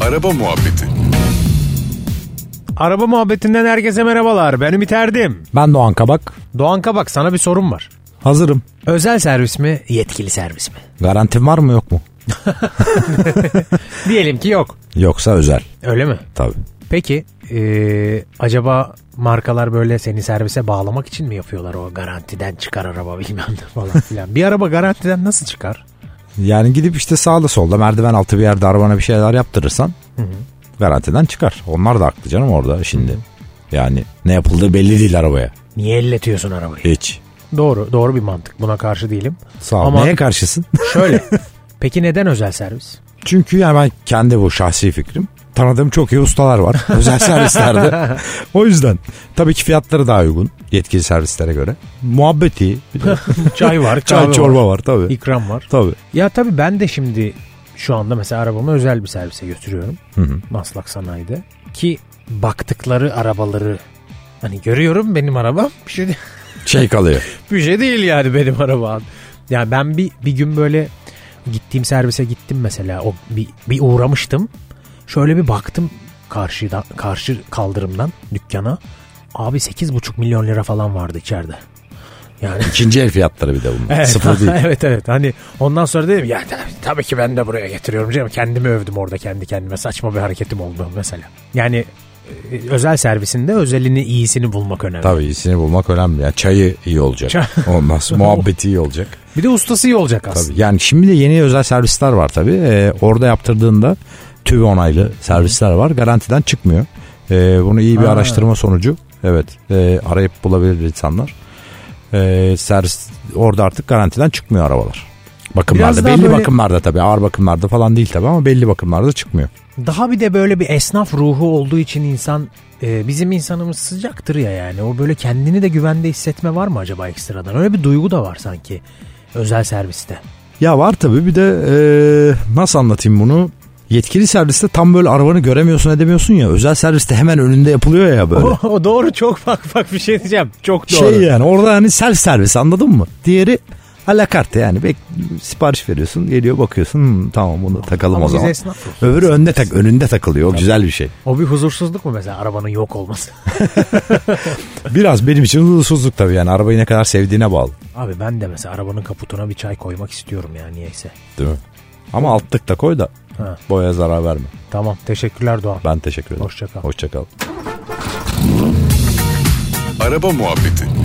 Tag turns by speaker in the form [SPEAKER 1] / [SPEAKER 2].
[SPEAKER 1] Araba Muhabbeti
[SPEAKER 2] Araba muhabbetinden herkese merhabalar. Ben Ümit Erdim.
[SPEAKER 3] Ben Doğan Kabak.
[SPEAKER 2] Doğan Kabak sana bir sorum var.
[SPEAKER 3] Hazırım.
[SPEAKER 2] Özel servis mi, yetkili servis mi?
[SPEAKER 3] Garantim var mı yok mu?
[SPEAKER 2] Diyelim ki yok.
[SPEAKER 3] Yoksa özel.
[SPEAKER 2] Öyle mi?
[SPEAKER 3] Tabii.
[SPEAKER 2] Peki eee, acaba markalar böyle seni servise bağlamak için mi yapıyorlar o garantiden çıkar araba bilmem ne falan filan. bir araba garantiden nasıl çıkar?
[SPEAKER 3] Yani gidip işte sağda solda merdiven altı bir yerde arabana bir şeyler yaptırırsan garantiden çıkar. Onlar da haklı canım orada şimdi. Yani ne yapıldığı belli değil arabaya.
[SPEAKER 2] Niye elletiyorsun arabayı?
[SPEAKER 3] Hiç.
[SPEAKER 2] Doğru, doğru bir mantık. Buna karşı değilim.
[SPEAKER 3] Sağ ol.
[SPEAKER 2] Ama-
[SPEAKER 3] Neye karşısın?
[SPEAKER 2] Şöyle. peki neden özel servis?
[SPEAKER 3] Çünkü yani ben kendi bu şahsi fikrim. Tanıdığım çok iyi ustalar var. Özel servislerde. o yüzden. Tabii ki fiyatları daha uygun. Yetkili servislere göre. Muhabbet iyi. Bir de
[SPEAKER 2] Çay var, kahve
[SPEAKER 3] Çay
[SPEAKER 2] var,
[SPEAKER 3] çorba var tabii.
[SPEAKER 2] ikram var.
[SPEAKER 3] Tabii.
[SPEAKER 2] Ya tabii ben de şimdi şu anda mesela arabamı özel bir servise götürüyorum.
[SPEAKER 3] Hı hı.
[SPEAKER 2] Maslak Sanayi'de. Ki baktıkları arabaları hani görüyorum benim arabam bir şey, de-
[SPEAKER 3] Şey kalıyor.
[SPEAKER 2] bir şey değil yani benim arabam. Ya ben bir, bir gün böyle gittiğim servise gittim mesela o bir, bir uğramıştım. Şöyle bir baktım karşıdan, karşı kaldırımdan dükkana. Abi 8,5 milyon lira falan vardı içeride. Yani
[SPEAKER 3] İkinci el fiyatları bir de bunlar.
[SPEAKER 2] Evet,
[SPEAKER 3] Sıfır değil.
[SPEAKER 2] evet evet hani ondan sonra dedim ya tabii, tabii ki ben de buraya getiriyorum canım. Kendimi övdüm orada kendi kendime saçma bir hareketim oldu mesela. Yani e, özel servisinde özelini iyisini bulmak önemli.
[SPEAKER 3] Tabii iyisini bulmak önemli. Yani çayı iyi olacak.
[SPEAKER 2] Çay-
[SPEAKER 3] Olmaz. Muhabbeti iyi olacak.
[SPEAKER 2] Bir de ustası iyi olacak aslında.
[SPEAKER 3] Tabii. Yani şimdi de yeni özel servisler var tabii. Ee, orada yaptırdığında tüv onaylı servisler var. Garantiden çıkmıyor. Ee, bunu iyi bir
[SPEAKER 2] Ha.
[SPEAKER 3] araştırma sonucu. Evet. e, arayıp bulabilir insanlar. Ee, servis orada artık garantiden çıkmıyor arabalar.
[SPEAKER 2] Biraz
[SPEAKER 3] Bakımlarda
[SPEAKER 2] daha
[SPEAKER 3] belli
[SPEAKER 2] böyle-
[SPEAKER 3] bakımlarda tabii ağır bakımlarda falan değil tabii ama belli bakımlarda çıkmıyor.
[SPEAKER 2] Daha bir de böyle bir esnaf ruhu olduğu için insan e, bizim insanımız sıcaktır ya yani. O böyle kendini de güvende hissetme var mı acaba ekstradan? Öyle bir duygu da var sanki özel serviste.
[SPEAKER 3] Ya var tabii bir de e, nasıl anlatayım bunu? Yetkili serviste tam böyle arabanı göremiyorsun edemiyorsun ya. Özel serviste hemen önünde yapılıyor ya böyle.
[SPEAKER 2] O, o doğru çok bak bak bir şey diyeceğim. Çok Oh, doğru.
[SPEAKER 3] Şey yani orada hani self servis anladın mı? Diğeri alakart yani. Bek, sipariş veriyorsun geliyor bakıyorsun "Hmm, tamam bunu takalım
[SPEAKER 2] Ama
[SPEAKER 3] o
[SPEAKER 2] biz
[SPEAKER 3] zaman.
[SPEAKER 2] esnafız.
[SPEAKER 3] Öbürü önde tak önünde takılıyor. O güzel bir şey.
[SPEAKER 2] O bir huzursuzluk mu mesela arabanın yok olması?
[SPEAKER 3] Biraz benim için huzursuzluk tabii yani arabayı ne kadar sevdiğine bağlı.
[SPEAKER 2] Abi ben de mesela arabanın kaputuna bir çay koymak istiyorum ya niyeyse.
[SPEAKER 3] Değil mi? Ama altlık da koy da
[SPEAKER 2] Ha.
[SPEAKER 3] boya zarar verme.
[SPEAKER 2] Tamam teşekkürler Doğan.
[SPEAKER 3] Ben teşekkür ederim.
[SPEAKER 2] Hoşça kal.
[SPEAKER 3] Hoşça kal.
[SPEAKER 1] Araba Muhabbeti